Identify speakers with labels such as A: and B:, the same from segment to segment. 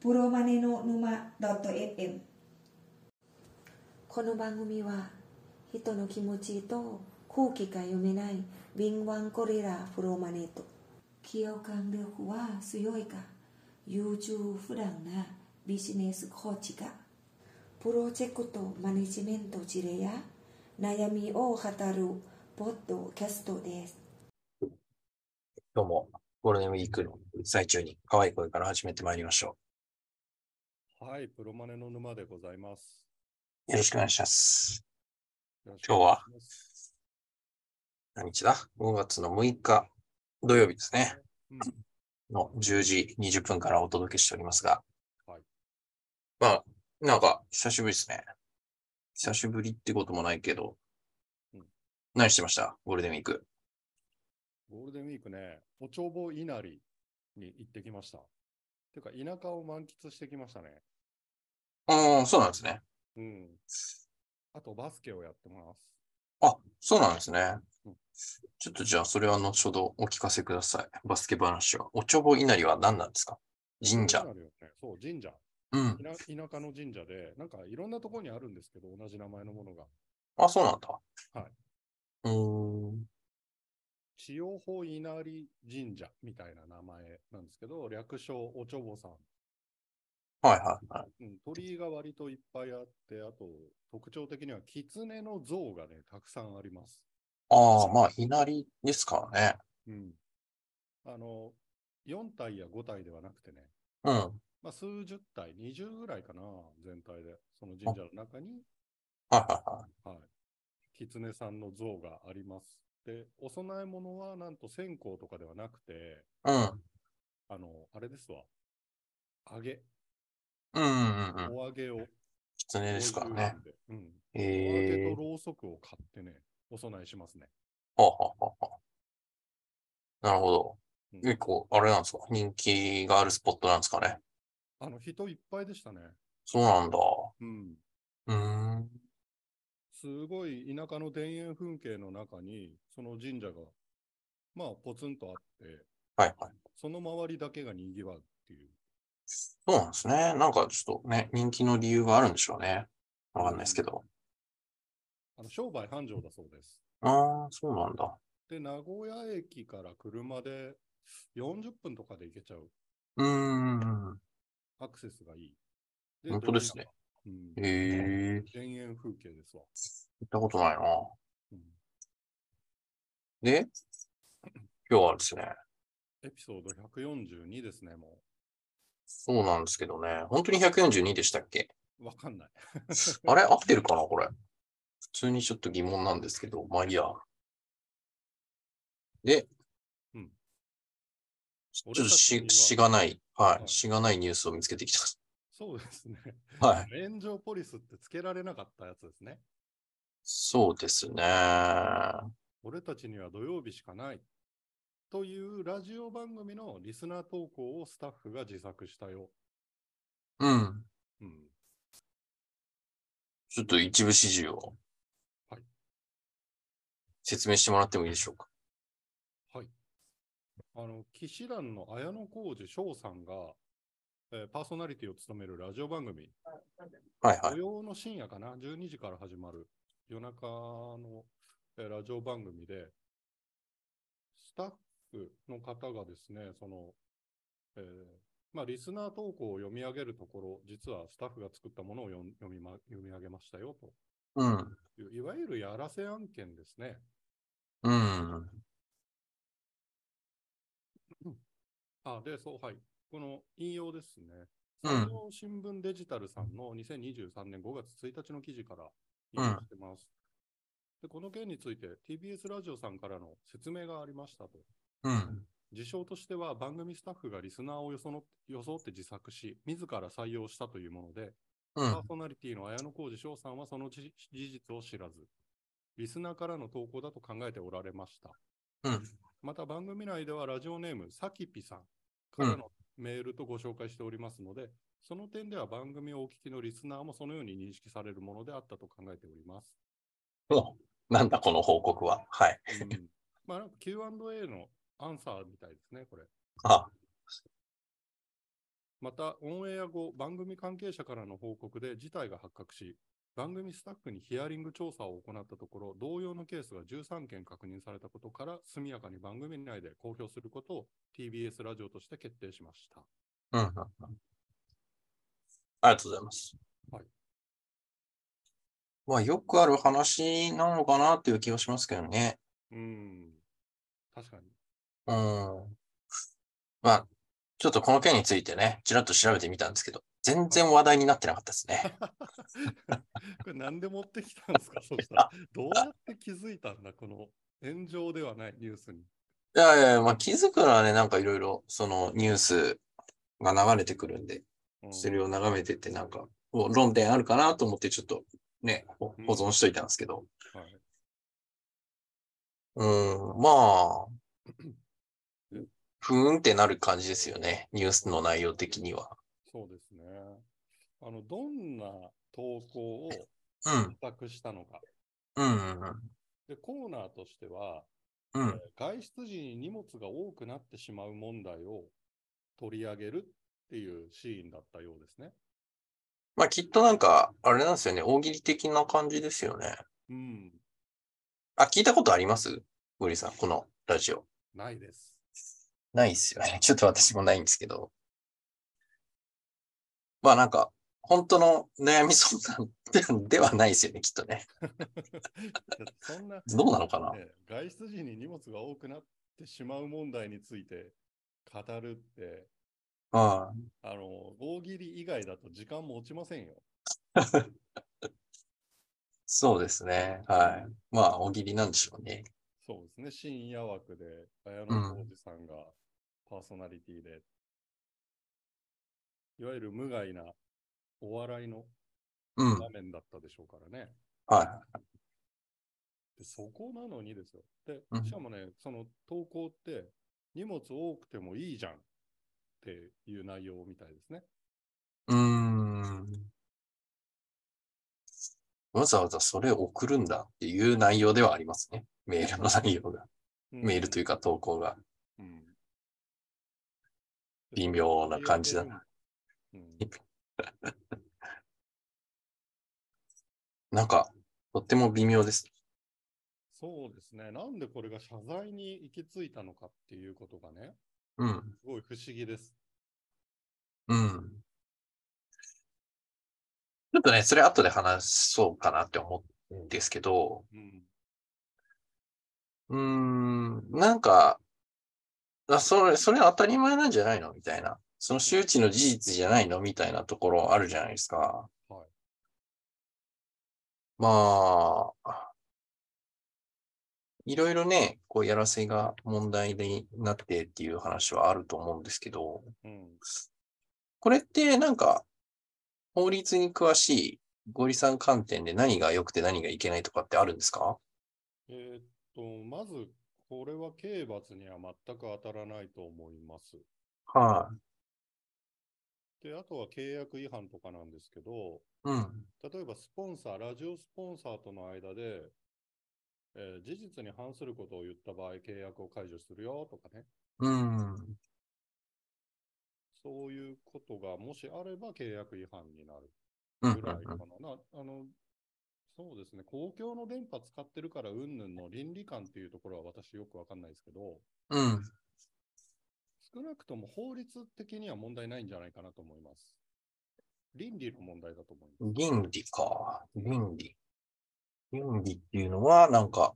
A: プロマネの沼 .fm この番組は人の気持ちと空気が読めない敏腕コレラプロマネと企業間力は強いか優柔不断なビジネスコーチがプロジェクトマネジメント事例や悩みを語るポッドキャストです
B: どうも、ゴールデンウィークの最中に可愛い声から始めてまいりましょ
C: はい、プロマネの沼でございます。
B: う。よろしくお願いします。
C: よろしく
B: 今日は
C: お願いします
B: 何日だ ?5 月の6日土曜日ですね。
C: うん
B: の10時20分からお届けしておりますが。
C: はい
B: まあ、なんか久しぶりですね。久しぶりってこともないけど。
C: うん
B: 何してましたゴールデンウィーク。
C: ゴールデンウィークね、お帳坊稲荷に行ってきました。てか、田舎を満喫してきましたね。
B: ああ、そうなんですね。
C: うん。あと、バスケをやってます。
B: あ、そうなんですね
C: うん。
B: ちょっとじゃあ、それは後ほどお聞かせください。バスケ話は。おちょぼ稲荷は何なんですか神社
C: 稲。荷をねそう、神社。
B: うん。
C: 田田舎の神社で、なんかいろんなところにあるんですけど、同じ名前のものが。
B: あ、そうなんだ。
C: はい。
B: うーん。
C: 千代法稲荷神社みたいな名前なんですけど、略称お帳坊さん。
B: はいはいはい。
C: うん、鳥居が割といっぱいあって、あと特徴的には狐の像がね、たくさんあります。
B: ああ、まあ、稲荷ですからね。
C: うん。あの、4体や5体ではなくてね、
B: うん。
C: まあ、数十体、20ぐらいかな、全体で。その神社の中に、
B: はいはいはい。
C: はい。狐さんの像があります。で、お供え物はなんと線香とかではなくて、
B: うん。
C: あの、あれですわ。揚げ、
B: うんうんうんうん。
C: お揚げを。
B: 狐ですから
C: こういう
B: ね
C: の。でうん。お揚げ
B: ええ
C: とろうそくを買ってね、お供えしますね。
B: はあはあはあはあなるほど。
C: うん
B: 結構、あれなんですか人気があるスポットなんですかね。
C: あの、人いっぱいでしたね。
B: そうなんだ。
C: うん。
B: うーん。
C: すごい田舎の田園風景の中に、その神社が、まあ、ポツンとあって、
B: はいはい。
C: その周りだけが賑わうっていう。
B: そうなんですね。なんかちょっとね、人気の理由があるんでしょうね。わかんないですけど。
C: あの商売繁盛だそうです。
B: ああ、そうなんだ。
C: で、名古屋駅から車で40分とかで行けちゃう。
B: うーん。
C: アクセスがいい。
B: 本当ですね
C: どういうのか。うん
B: ええ
C: 田園風景ですわ。
B: 行ったことないな。
C: うん
B: で、今日はですね、
C: エピソード142ですね、も
B: そうなんですけどね、本当に142でしたっけ
C: う。わかんない。
B: あれ合ってるかなこれ。普通にちょっと疑問なんですけど、まあいいや。で、
C: うん
B: ちょっ
C: 俺
B: と
C: たち
B: し
C: には
B: しがない、は、
C: はいい
B: しがないニュースを見つけてき
C: そうです ね。
B: た。 はい。
C: 炎上ポリスってつけられなかったやつですね。
B: そうですね。
C: 俺たちには土曜日しかない。というラジオ番組のリスナー投稿をスタッフが自作したよ。
B: うん。
C: うん。
B: ちょっと一部始終を
C: はい
B: 説明してもらってもいいでしょうか。
C: はい。あの、騎士団の綾野浩二翔さんが、えーパーソナリティを務めるラジオ番組、
B: はいは
C: 土
B: い。
C: 曜の深夜かな、12時から始まる夜中の、えーラジオ番組で、スタッフの方がですね、その、えーまあ、リスナー投稿を読み上げるところ、実はスタッフが作ったものを読み読みま読み上げましたよ
B: うん。
C: という、いわゆるやらせ案件ですね。
B: うん。
C: あ、で、そう、はい。この引用ですね。
B: うん
C: 産業新聞デジタルさんの2023年5月1日の記事から
B: うん
C: 引用してます。でこの件について TBS ラジオさんからの説明がありましたと。
B: うん。
C: 事象としては番組スタッフがリスナーをよその装って自作し、自ら採用したというもので、
B: う
C: パー
B: ん。
C: ソナリティの綾野浩二翔さんはその事事実を知らず、リスナーからの投稿だと考えておられました。
B: うん。
C: また番組内ではラジオネームさきぴさんからのメールとご紹介しておりますので、その点では番組をお聞きのリスナーもそのように認識されるものであったと考えております。
B: おなんだこの報告は。はい。
C: うんまあなんか Q&A のアンサーみたいですね、これ。
B: あ、
C: また、オンエア後、番組関係者からの報告で事態が発覚し、番組スタッフにヒアリング調査を行ったところ、同様のケースが13件確認されたことから、速やかに番組内で公表することを TBS ラジオとして決定しました。
B: うんうんうん。ありがとうございます。
C: はい
B: まあ、よくある話なのかなっていう気がしますけどね。
C: うん。確かに。
B: うん。まあ、ちょっとこの件についてね、ちらっと調べてみたんですけど、全然話題になってなかったですね。
C: これなんで持ってきたんですかそうしたら。どうやって気づいたんだこの炎上ではないニュースに。
B: いやいやいや、まあ、気づくのはね、なんかいろいろ、そのニュースが流れてくるんで、
C: うん
B: それを眺めてって、なんか、お論点あるかなと思って、ちょっとね、ほ保存しといたんですけど、
C: はい
B: うん、まあ、ふーんってなる感じですよね、ニュースの内容的には。
C: そうですね。あの、どんな投稿を
B: うん、
C: 企画したのか。
B: うん、
C: で、コーナーとしては、
B: うん、うん、
C: 外出時に荷物が多くなってしまう問題を取り上げるっていうシーンだったようですね。
B: まあ、きっとなんか、あれなんですよね、大喜利的な感じですよね。
C: うん。
B: あ、聞いたことありますゴリさん、このラジオ。
C: ないです。
B: ないっすよね。ちょ っと私もないんですけど。まあなんか、本当の悩み相談ではないですよね、きっとね。
C: そんな、
B: どうなのかな
C: ね外出時に荷物が多くなってしまう問題について語るって、
B: うん。
C: あの、大喜利以外だと時間も落ちませんよ。
B: そうですね。はい。まあ、大喜利なんでしょうね。
C: そうですね、深夜枠で、綾野浩二さんがパーソナリティで、いわゆる無害なお笑いの
B: うん。
C: 場面だったでしょうからね。
B: は
C: でそこなのにですよ。で
B: う、ん
C: しかもね、その投稿って、荷物多くてもいいじゃんっていう内容みたいですね。
B: い。うーん。わざわざそれを送るんだっていう内容ではありますね。メールの内容が。メールといううか投稿が。
C: うん
B: 微妙な感じだな。
C: うん
B: なんか、とっても微妙です。
C: そうですね。なんでこれが謝罪に行き着いたのかっていうことがね、
B: うん。
C: すごい不思議です。
B: うん。ちょっとね、それ後で話そうかなって思うんですけど、
C: うん。
B: うーん、なんか、あそれ、それ当たり前なんじゃないのみたいな。その周知の事実じゃないのみたいなところあるじゃないですか。
C: はい
B: まあ、いろいろね、こう、やらせが問題になってっていう話はあると思うんですけど、
C: うん。
B: これってなんか、法律に詳しいゴリさん観点で何が良くて何がいけないとかってあるんですか
C: えーっと、まず、これは刑罰には全く当たらないと思います。
B: はい。
C: で、あとは契約違反とかなんですけど、
B: うん。
C: 例えばスポンサー、ラジオスポンサーとの間で、えー事実に反することを言った場合、契約を解除するよとかね、
B: うん。
C: そういうことがもしあれば契約違反になる
B: うん。
C: ぐらいかな。なあのそうですね、公共の電波使ってるからうんぬんの倫理観っていうところは私よくわかんないですけど、
B: うん。
C: 少なくとも法律的には問題ないんじゃないかなと思います。倫理の問題だと思います。
B: 倫理か。倫理。倫理っていうのは、なんか、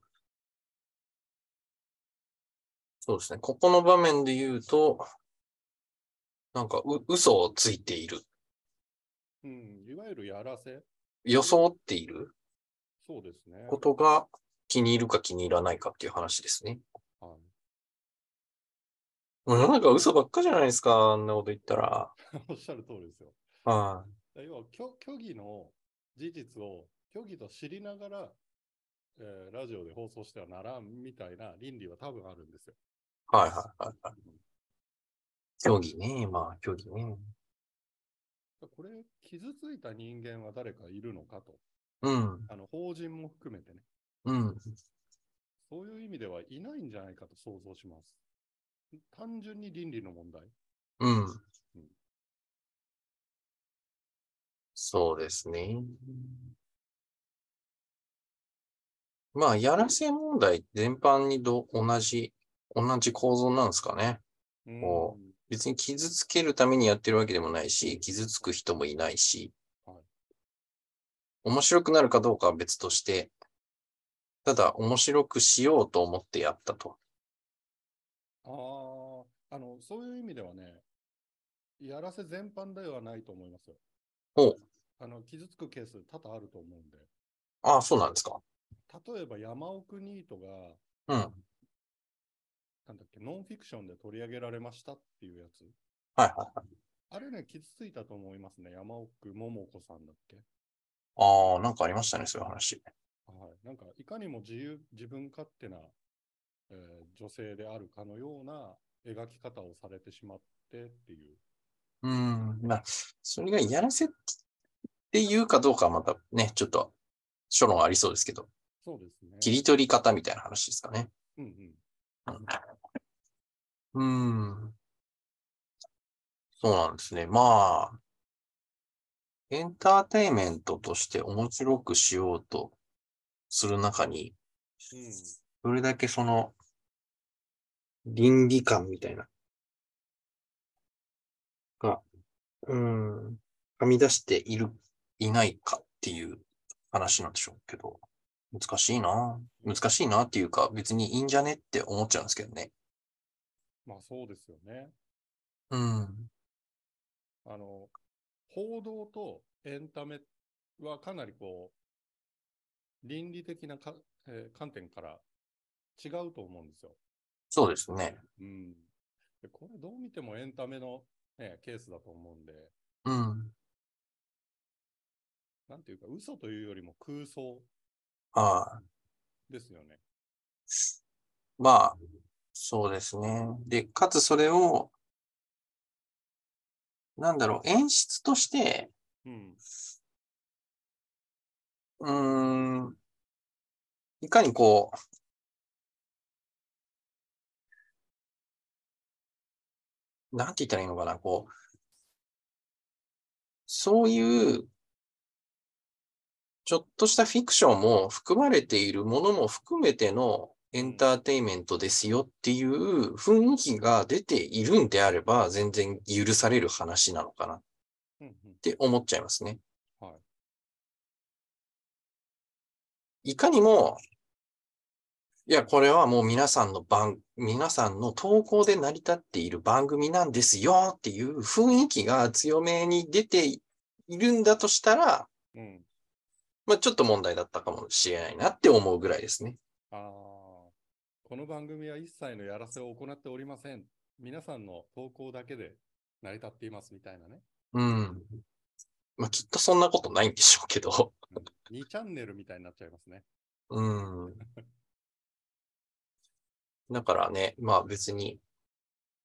B: そうですね。ここの場面で言うと、なんか、う、嘘をついている。
C: うん、いわゆるやらせ、
B: 装っている
C: そうですね。
B: ことが気に入るか気に入らないかっていう話ですね。
C: はい
B: もう世の中嘘ばっかじゃないですか、あんなこと言ったら。
C: おっしゃる通りですよ。
B: は
C: だから要は虚虚偽の事実を虚偽と知りながら、えーラジオで放送してはならんみたいな倫理は多分あるんですよ。
B: い。はいはいはいはい。競技ね、まあ、競技ね。
C: だからこれ、傷ついた人間は誰かいるのかと。
B: うん、
C: あの、法人も含めてね。
B: うん、
C: そういう意味ではいないんじゃないかと想像します。単純に倫理の問題。
B: うん。そうですね。まあ、やらせ問題全般にど同じ、同じ構造なんですかね。
C: うん
B: お別に傷つけるためにやってるわけでもないし、傷つく人もいないし
C: はい、
B: 面白くなるかどうかは別として、ただ面白くしようと思ってやったと。
C: ああ、あの、そういう意味ではね、やらせ全般ではないと思いますよ。
B: お
C: あの、傷つくケース多々あると思うんで、
B: ああ、そうなんですか。
C: 例えば山奥ニートが、
B: うん。
C: なんだっけ、ノンフィクションで取り上げられましたっていうやつ。
B: はいはいはい。
C: あれね、傷ついたと思いますね。山奥桃子さんだっけ。
B: ああ、なんかありましたね、そういう話。
C: はい。なんか、いかにも自由、自分勝手な、えー女性であるかのような描き方をされてしまってっていう。
B: うん。まあ、それがやらせっていうかどうかはまたね、ちょっと、書論ありそうですけど、
C: そうですね。
B: 切り取り方みたいな話ですかね。
C: うんうん。
B: うん。そうなんですね。まあ、エンターテインメントとして面白くしようとする中に、
C: うん。
B: それだけその、倫理観みたいな、が、うん、はみ出している、いないかっていう話なんでしょうけど、難しいな。難しいなっていうか、別にいいんじゃねって思っちゃうんですけどね。
C: まあ、そうですよね。
B: うん。
C: あの、報道とエンタメはかなりこう、倫理的なか、えー観点から違うと思うんですよ。
B: そうですね。
C: うん。でこれどう見てもエンタメの、ね、ケースだと思うんで、
B: うん。
C: なんていうか、嘘というよりも空想
B: ああ、
C: ですよね。
B: まあ、そうですね。で、かつそれを、なんだろう、演出として、
C: うん。
B: うーん、いかにこう、なんて言ったらいいのかな、こう、そういう、ちょっとしたフィクションも含まれているものも含めてのエンターテインメントですよっていう雰囲気が出ているんであれば、全然許される話なのかなっ
C: うんうん。
B: て思っちゃいますね。
C: はい。
B: いかにも、いや、これはもう皆さんの番、皆さんの投稿で成り立っている番組なんですよっていう雰囲気が強めに出ているんだとしたら、
C: うん。
B: まあちょっと問題だったかもしれないなって思うぐらいですね。
C: ああ、この番組は一切のやらせを行っておりません。皆さんの投稿だけで成り立っていますみたいなね。
B: うん。まあきっとそんなことないんでしょうけど。
C: うん、2チャンネルみたいになっちゃいますね。
B: うん。だからね、まあ別に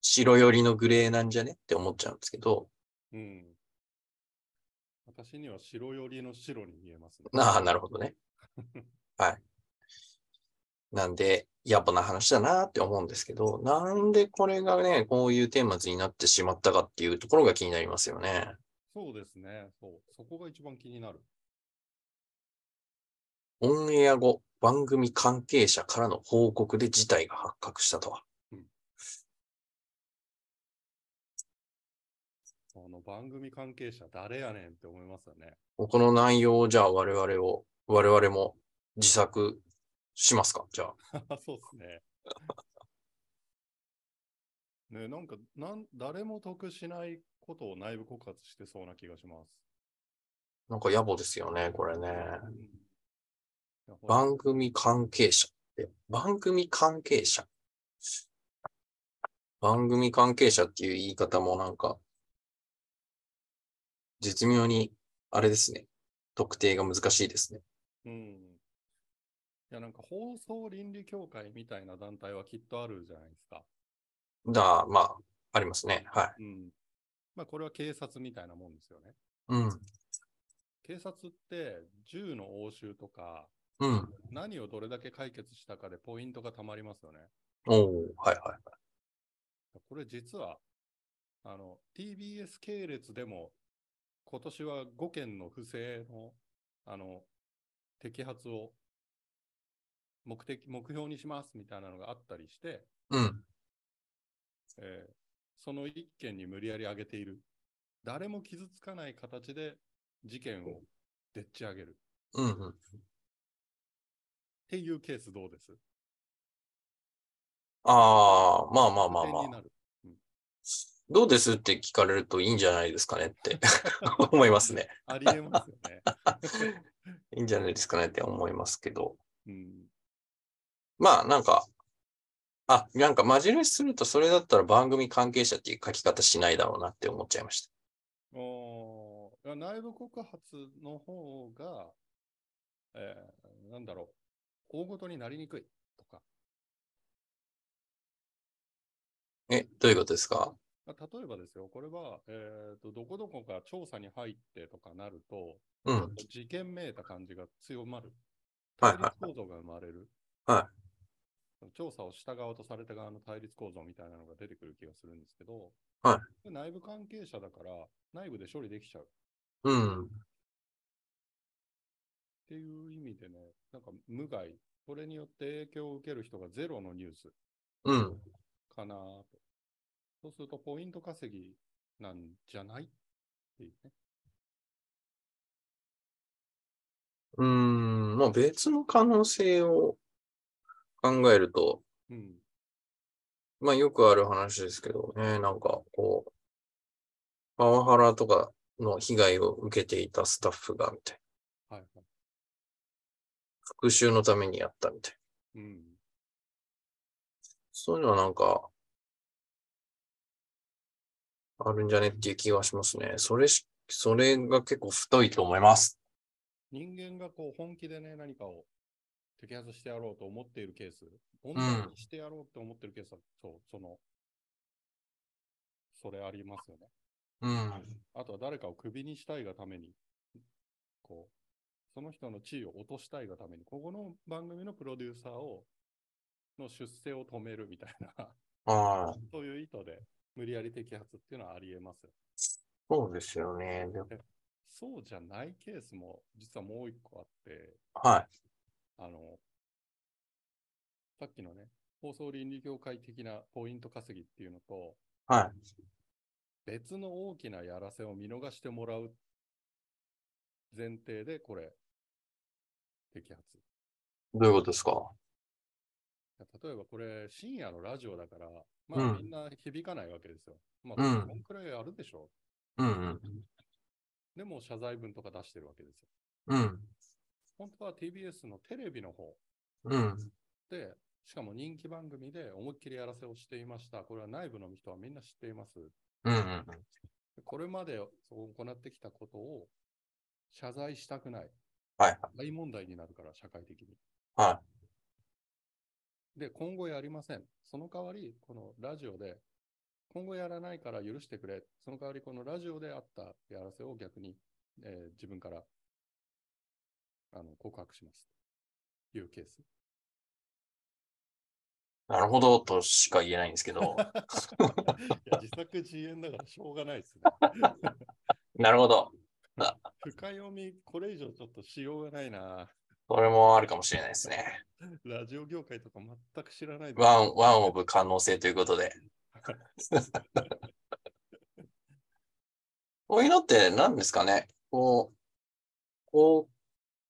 B: 白寄りのグレーなんじゃねって思っちゃうんですけど、
C: うん。私には白寄りの白に見えますね。
B: ああ、なるほどね。はい。なんで、野暮な話だなって思うんですけど、なんでこれがね、こういうテーマになってしまったかっていうところが気になりますよね。
C: そうですね。そう。そこが一番気になる。
B: オンエア後、番組関係者からの報告で事態が発覚したとは。
C: あの番組関係者誰やねんって思いますよね。
B: この内容をじゃあ我々を、我々も自作しますかじゃあ。
C: そうですね。ねなんかなん、誰も得しないことを内部告発してそうな気がします。
B: なんか野暮ですよね、これね。
C: うんいやほら
B: 番組関係者って、番組関係者。番組関係者っていう言い方もなんか、絶妙に、あれですね。特定が難しいですね。
C: うん。いや、なんか放送倫理協会みたいな団体はきっとあるじゃないですか。
B: だ、まあ、ありますね。はい。
C: うん。まあ、これは警察みたいなもんですよね。
B: うん。
C: 警察って銃の応酬とか、
B: うん。
C: 何をどれだけ解決したかでポイントがたまりますよね。
B: おおはいはい。
C: これ実は、あの、TBS 系列でも今年は5件の不正の、あの、摘発を目的、目標にしますみたいなのがあったりして、
B: うん。
C: えーその一件に無理やり上げている。誰も傷つかない形で事件をでっち上げる。
B: うんうん。
C: っていうケースどうです
B: ああ、まあまあまあま
C: 点に
B: あ。
C: なる
B: どうですって聞かれるといいんじゃないですかねって 思いますね。
C: ありえますよ ね。
B: いいんじゃないですかねって思いますけど。
C: うん、
B: まあなんか、あ、なんかマジレスするとそれだったら番組関係者っていう書き方しないだろうなって思っちゃいました。
C: おーいや内部告発の方が、えーなんだろう、大ごとになりにくいとか、
B: え、どういうことですか
C: まあ例えばですよ、これは、えー、とどこどこが調査に入ってとかなると、
B: うん。
C: 事件めいた感じが強まる。
B: はい
C: 対
B: はい
C: 立構造が生まれる。
B: は
C: 調査をした側とされた側の対立構造みたいなのが出てくる気がするんですけど、
B: は
C: で内部関係者だから内部で処理できちゃうっ
B: うん。
C: ていう意味でね、なんか無害、これによって影響を受ける人がゼロのニュース
B: うん。
C: かなと。そうするとポイント稼ぎなんじゃないっていうね。
B: うーん。まあ別の可能性を考えると、
C: うん。
B: まあよくある話ですけどね、なんかこう、パワハラとかの被害を受けていたスタッフが、みたいな。
C: はいはい。
B: 復讐のためにやったみたいな。
C: うん。
B: そういうのはなんか、あるんじゃねっていう気がしますね。それし、それが結構太いと思います。
C: 人間がこう本気でね、何かを摘発してやろうと思っているケース、問題にしてやろうと思っているケースは、そう、その、それありますよね。
B: うん。
C: あとは誰かをクビにしたいがために、こう、その人の地位を落としたいがために、ここの番組のプロデューサーを、の出世を止めるみたいな、
B: ああ、
C: そういう意図で無理やり摘発っていうのはありえますよ。
B: そうですよね。で
C: そうじゃないケースも、実はもう一個あって、
B: は
C: あの、さっきのね、放送倫理業界的なポイント稼ぎっていうのと、
B: い。は
C: 別の大きなやらせを見逃してもらう前提で、これ、摘発。
B: い。どういうことですか
C: 例えばこれ、深夜のラジオだから、ま
B: う
C: あ
B: ん
C: みんな響かないわけですよ。ま
B: う
C: あ、
B: ん
C: こんくらいあるでしょ。
B: うん
C: でも謝罪文とか出してるわけですよ。
B: うん。うん。
C: 本当は TBS のテレビの方
B: うん。
C: で、しかも人気番組で思いっきりやらせをしていました。これは内部の人はみんな知っています。
B: うん。
C: これまでそう行ってきたことを謝罪したくない。
B: はい。
C: 大問題になるから、社会的に。
B: は
C: で、今後やりません。その代わり、このラジオで、今後やらないから許してくれ。その代わり、このラジオであったやらせを逆に、えー自分からあの告白します。というケース。
B: い。なるほど、としか言えないんですけど。
C: いや自作自演だからしょうがないですね。
B: なるほど。
C: 深読み、これ以上ちょっとしようがないな。
B: それもあるかもしれないですね。
C: ラジオ業界とか全く知らないです
B: ワン、ワンオブ可能性ということ で。こういうのって何ですかねこう、こう、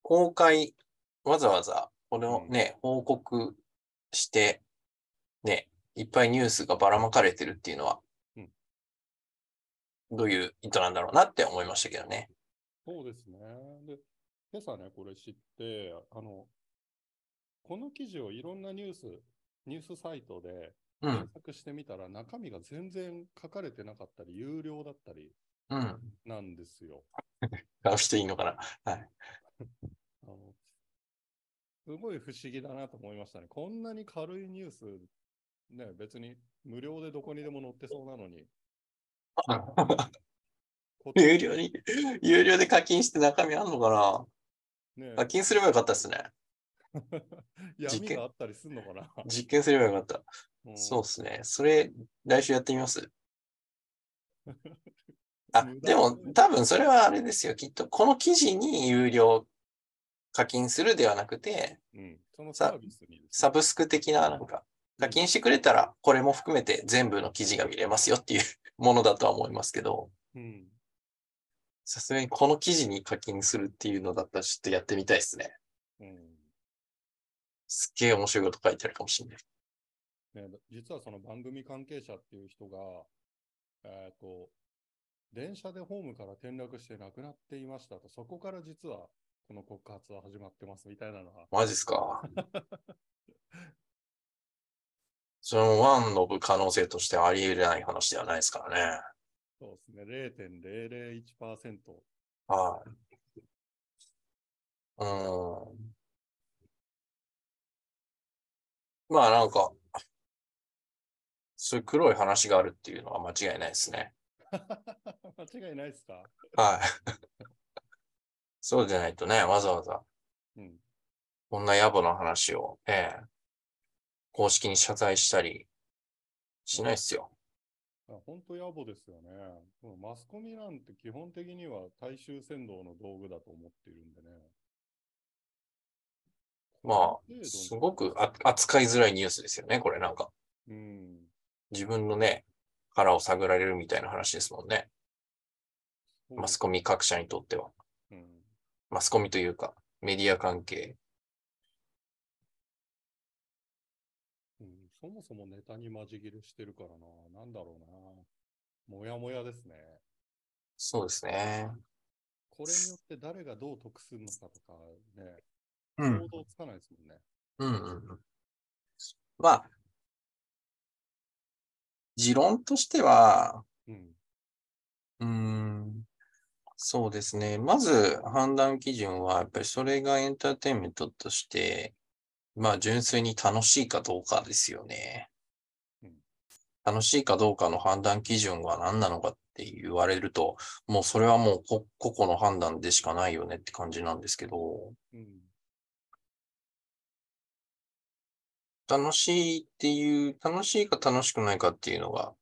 B: 公開、わざわざこれをね、報告して、ね、いっぱいニュースがばらまかれてるっていうのは
C: うん、
B: どういう意図なんだろうなって思いましたけどね。
C: そうですね。で、今朝ね、これ知って、あの、この記事をいろんなニュース、ニュースサイトで
B: う
C: 検
B: ん、
C: 索してみたら、中身が全然書かれてなかったり、有料だったり
B: うん。
C: なんですよ。
B: 買う人いいのかなはい。
C: あの、すごい不思議だなと思いましたね。こんなに軽いニュース、ね、別に無料でどこにでも載ってそうなのに、こ
B: 有料に、有料で課金して中身あんのかな
C: ね、
B: 課金すればよかったですね。
C: 闇があったりすんのかな。
B: 実験すればよかった。
C: うん
B: そうですね。それ、来週やってみます。あ、でも多分それはあれですよ。きっとこの記事に有料課金するではなくて、
C: うん、そのサービスにですね
B: サブスク的ななんか課金してくれたらこれも含めて全部の記事が見れますよっていう ものだとは思いますけど、
C: うん、
B: さすがにこの記事に課金するっていうのだったらちょっとやってみたいですね。
C: うん
B: すっげえ面白いこと書いてあるかもしれない。
C: ね、だ実はその番組関係者っていう人が、えっ、と、電車でホームから転落して亡くなっていましたと、そこから実はこの告発は始まってますみたいなのは、
B: マジっすかそのワンの部可能性としてあり得ない話ではないですからね。
C: そうですね、0.001%。
B: はい。うーん。まあなんか、そういう黒い話があるっていうのは間違いないですね。
C: 間違いないですか
B: はい。そうじゃないとね、わざわざ
C: うん。
B: こんな野暮な話を、ええ、公式に謝罪したりしないっすよ。
C: 本当野暮ですよね。このマスコミなんて基本的には大衆扇動の道具だと思っているんでね。
B: まあ
C: この程度、の
B: すごくあ扱いづらいニュースですよね、これなんか。
C: うん。
B: 自分のね、腹を探られるみたいな話ですもんね。
C: そう
B: マスコミ各社にとっては。
C: うん
B: マスコミというか、メディア関係。
C: うん、そもそもネタに混じ切れしてるからな。なんだろうな。もやもやですね。
B: そうですね。
C: これによって誰がどう得するのかとかね、
B: う
C: 想像つかないですもんね。
B: うんうんうん。まあ、持論としては、
C: うん。
B: うーん、そうですね。まず判断基準は、やっぱりそれがエンターテインメントとして、まあ純粋に楽しいかどうかですよね
C: うん。
B: 楽しいかどうかの判断基準は何なのかって言われると、もうそれはもうこ個々の判断でしかないよねって感じなんですけど、
C: うん。
B: 楽しいっていう、楽しいか楽しくないかっていうのが、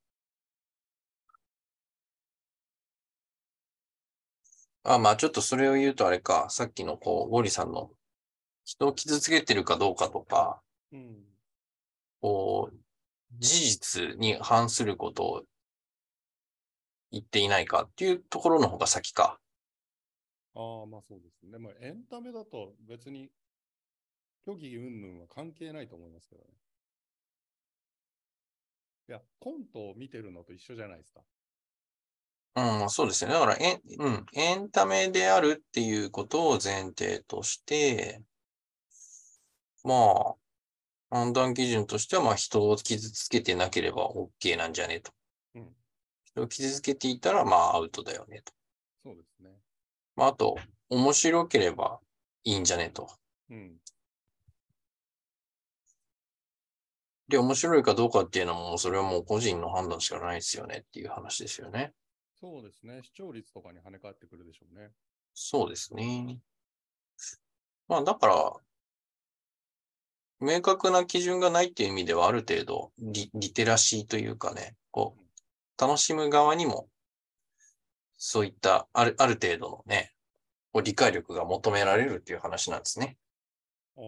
B: あ、まあちょっとそれを言うとあれか、さっきのこう、ゴリさんの人を傷つけてるかどうかとか、
C: うん。
B: こう、事実に反することを言っていないかっていうところの方が先か。
C: ああ、まあそうですね。まあエンタメだと別に、虚偽云々は関係ないと思いますけどね。いや、コントを見てるのと一緒じゃないですか。
B: うん、そうですよね。だから、え、うん、エンタメであるっていうことを前提として、まあ、判断基準としては、まあ、人を傷つけてなければ OK なんじゃねと。
C: うん
B: 人を傷つけていたら、まあ、アウトだよねと。
C: そうですね。
B: まあ、あと、面白ければいいんじゃねと。
C: うん。
B: で、面白いかどうかっていうのも、それはもう個人の判断しかないですよねっていう話ですよね。
C: そうですね。視聴率とかに跳ね返ってくるでしょうね。
B: そうですね。まあだから、明確な基準がないっていう意味ではある程度リ、リテラシーというかね、こう、楽しむ側にも、そういったある、ある程度のね、こう理解力が求められるっていう話なんですね。
C: ああ。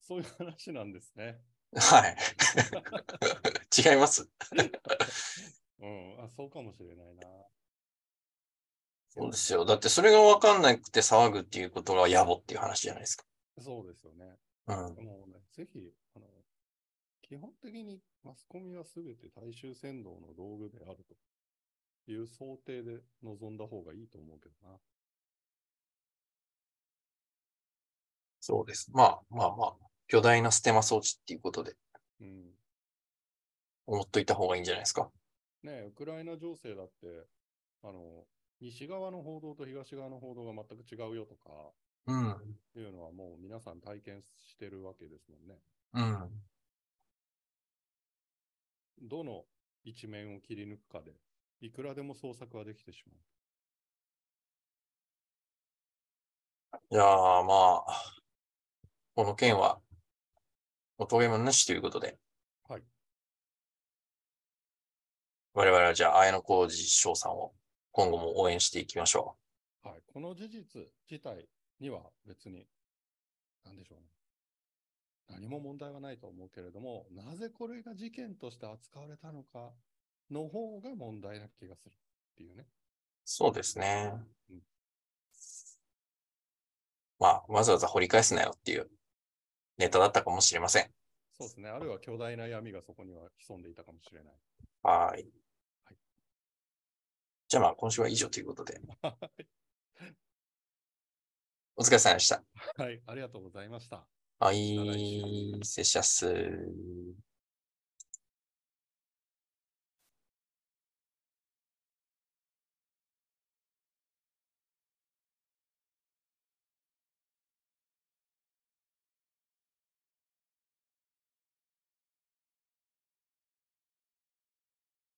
C: そういう話なんですね。
B: はい。 違います。
C: うん。あ、そうかもしれないな。
B: そうですよ。だってそれがわかんなくて騒ぐっていうことが野暮っていう話じゃないですか。
C: そうですよね。
B: うん。
C: もうね、ぜひ、あの、基本的にマスコミはすべて大衆扇動の道具であるという想定で臨んだ方がいいと思うけどな。
B: そうです。まあまあまあ、巨大なステマ装置っていうことで。
C: うん。
B: 思っといた方がいいんじゃないですか。
C: ねえウクライナ情勢だって、あの、西側の報道と東側の報道が全く違うよとか、
B: うん。
C: いうのはもう皆さん体験してるわけですもんね。
B: うん。
C: どの一面を切り抜くかで、いくらでも創作はできてしまう。
B: じゃあ、まあ、この件は、おとげもなしということで。
C: はい。
B: 我々はじゃあ、綾野浩二翔さんを今後も応援していきましょ
C: はい、この事実自体には別に、なんでしょうね。何も問題はないと思うけれども、なぜこれが事件として扱われたのかの方が問題な気がするっていうね。
B: う。そうですね
C: うん。
B: まあ、わざわざ掘り返すなよっていうネタだったかもしれません。
C: そうですね。あるいは巨大な闇がそこには潜んでいたかもしれない。
B: はい
C: はい。
B: じゃあまあ、今週は以上ということで。お疲れ様でした。
C: はい、ありがとうございまし
B: は
C: た。また来
B: い、
C: 週
B: 失礼します。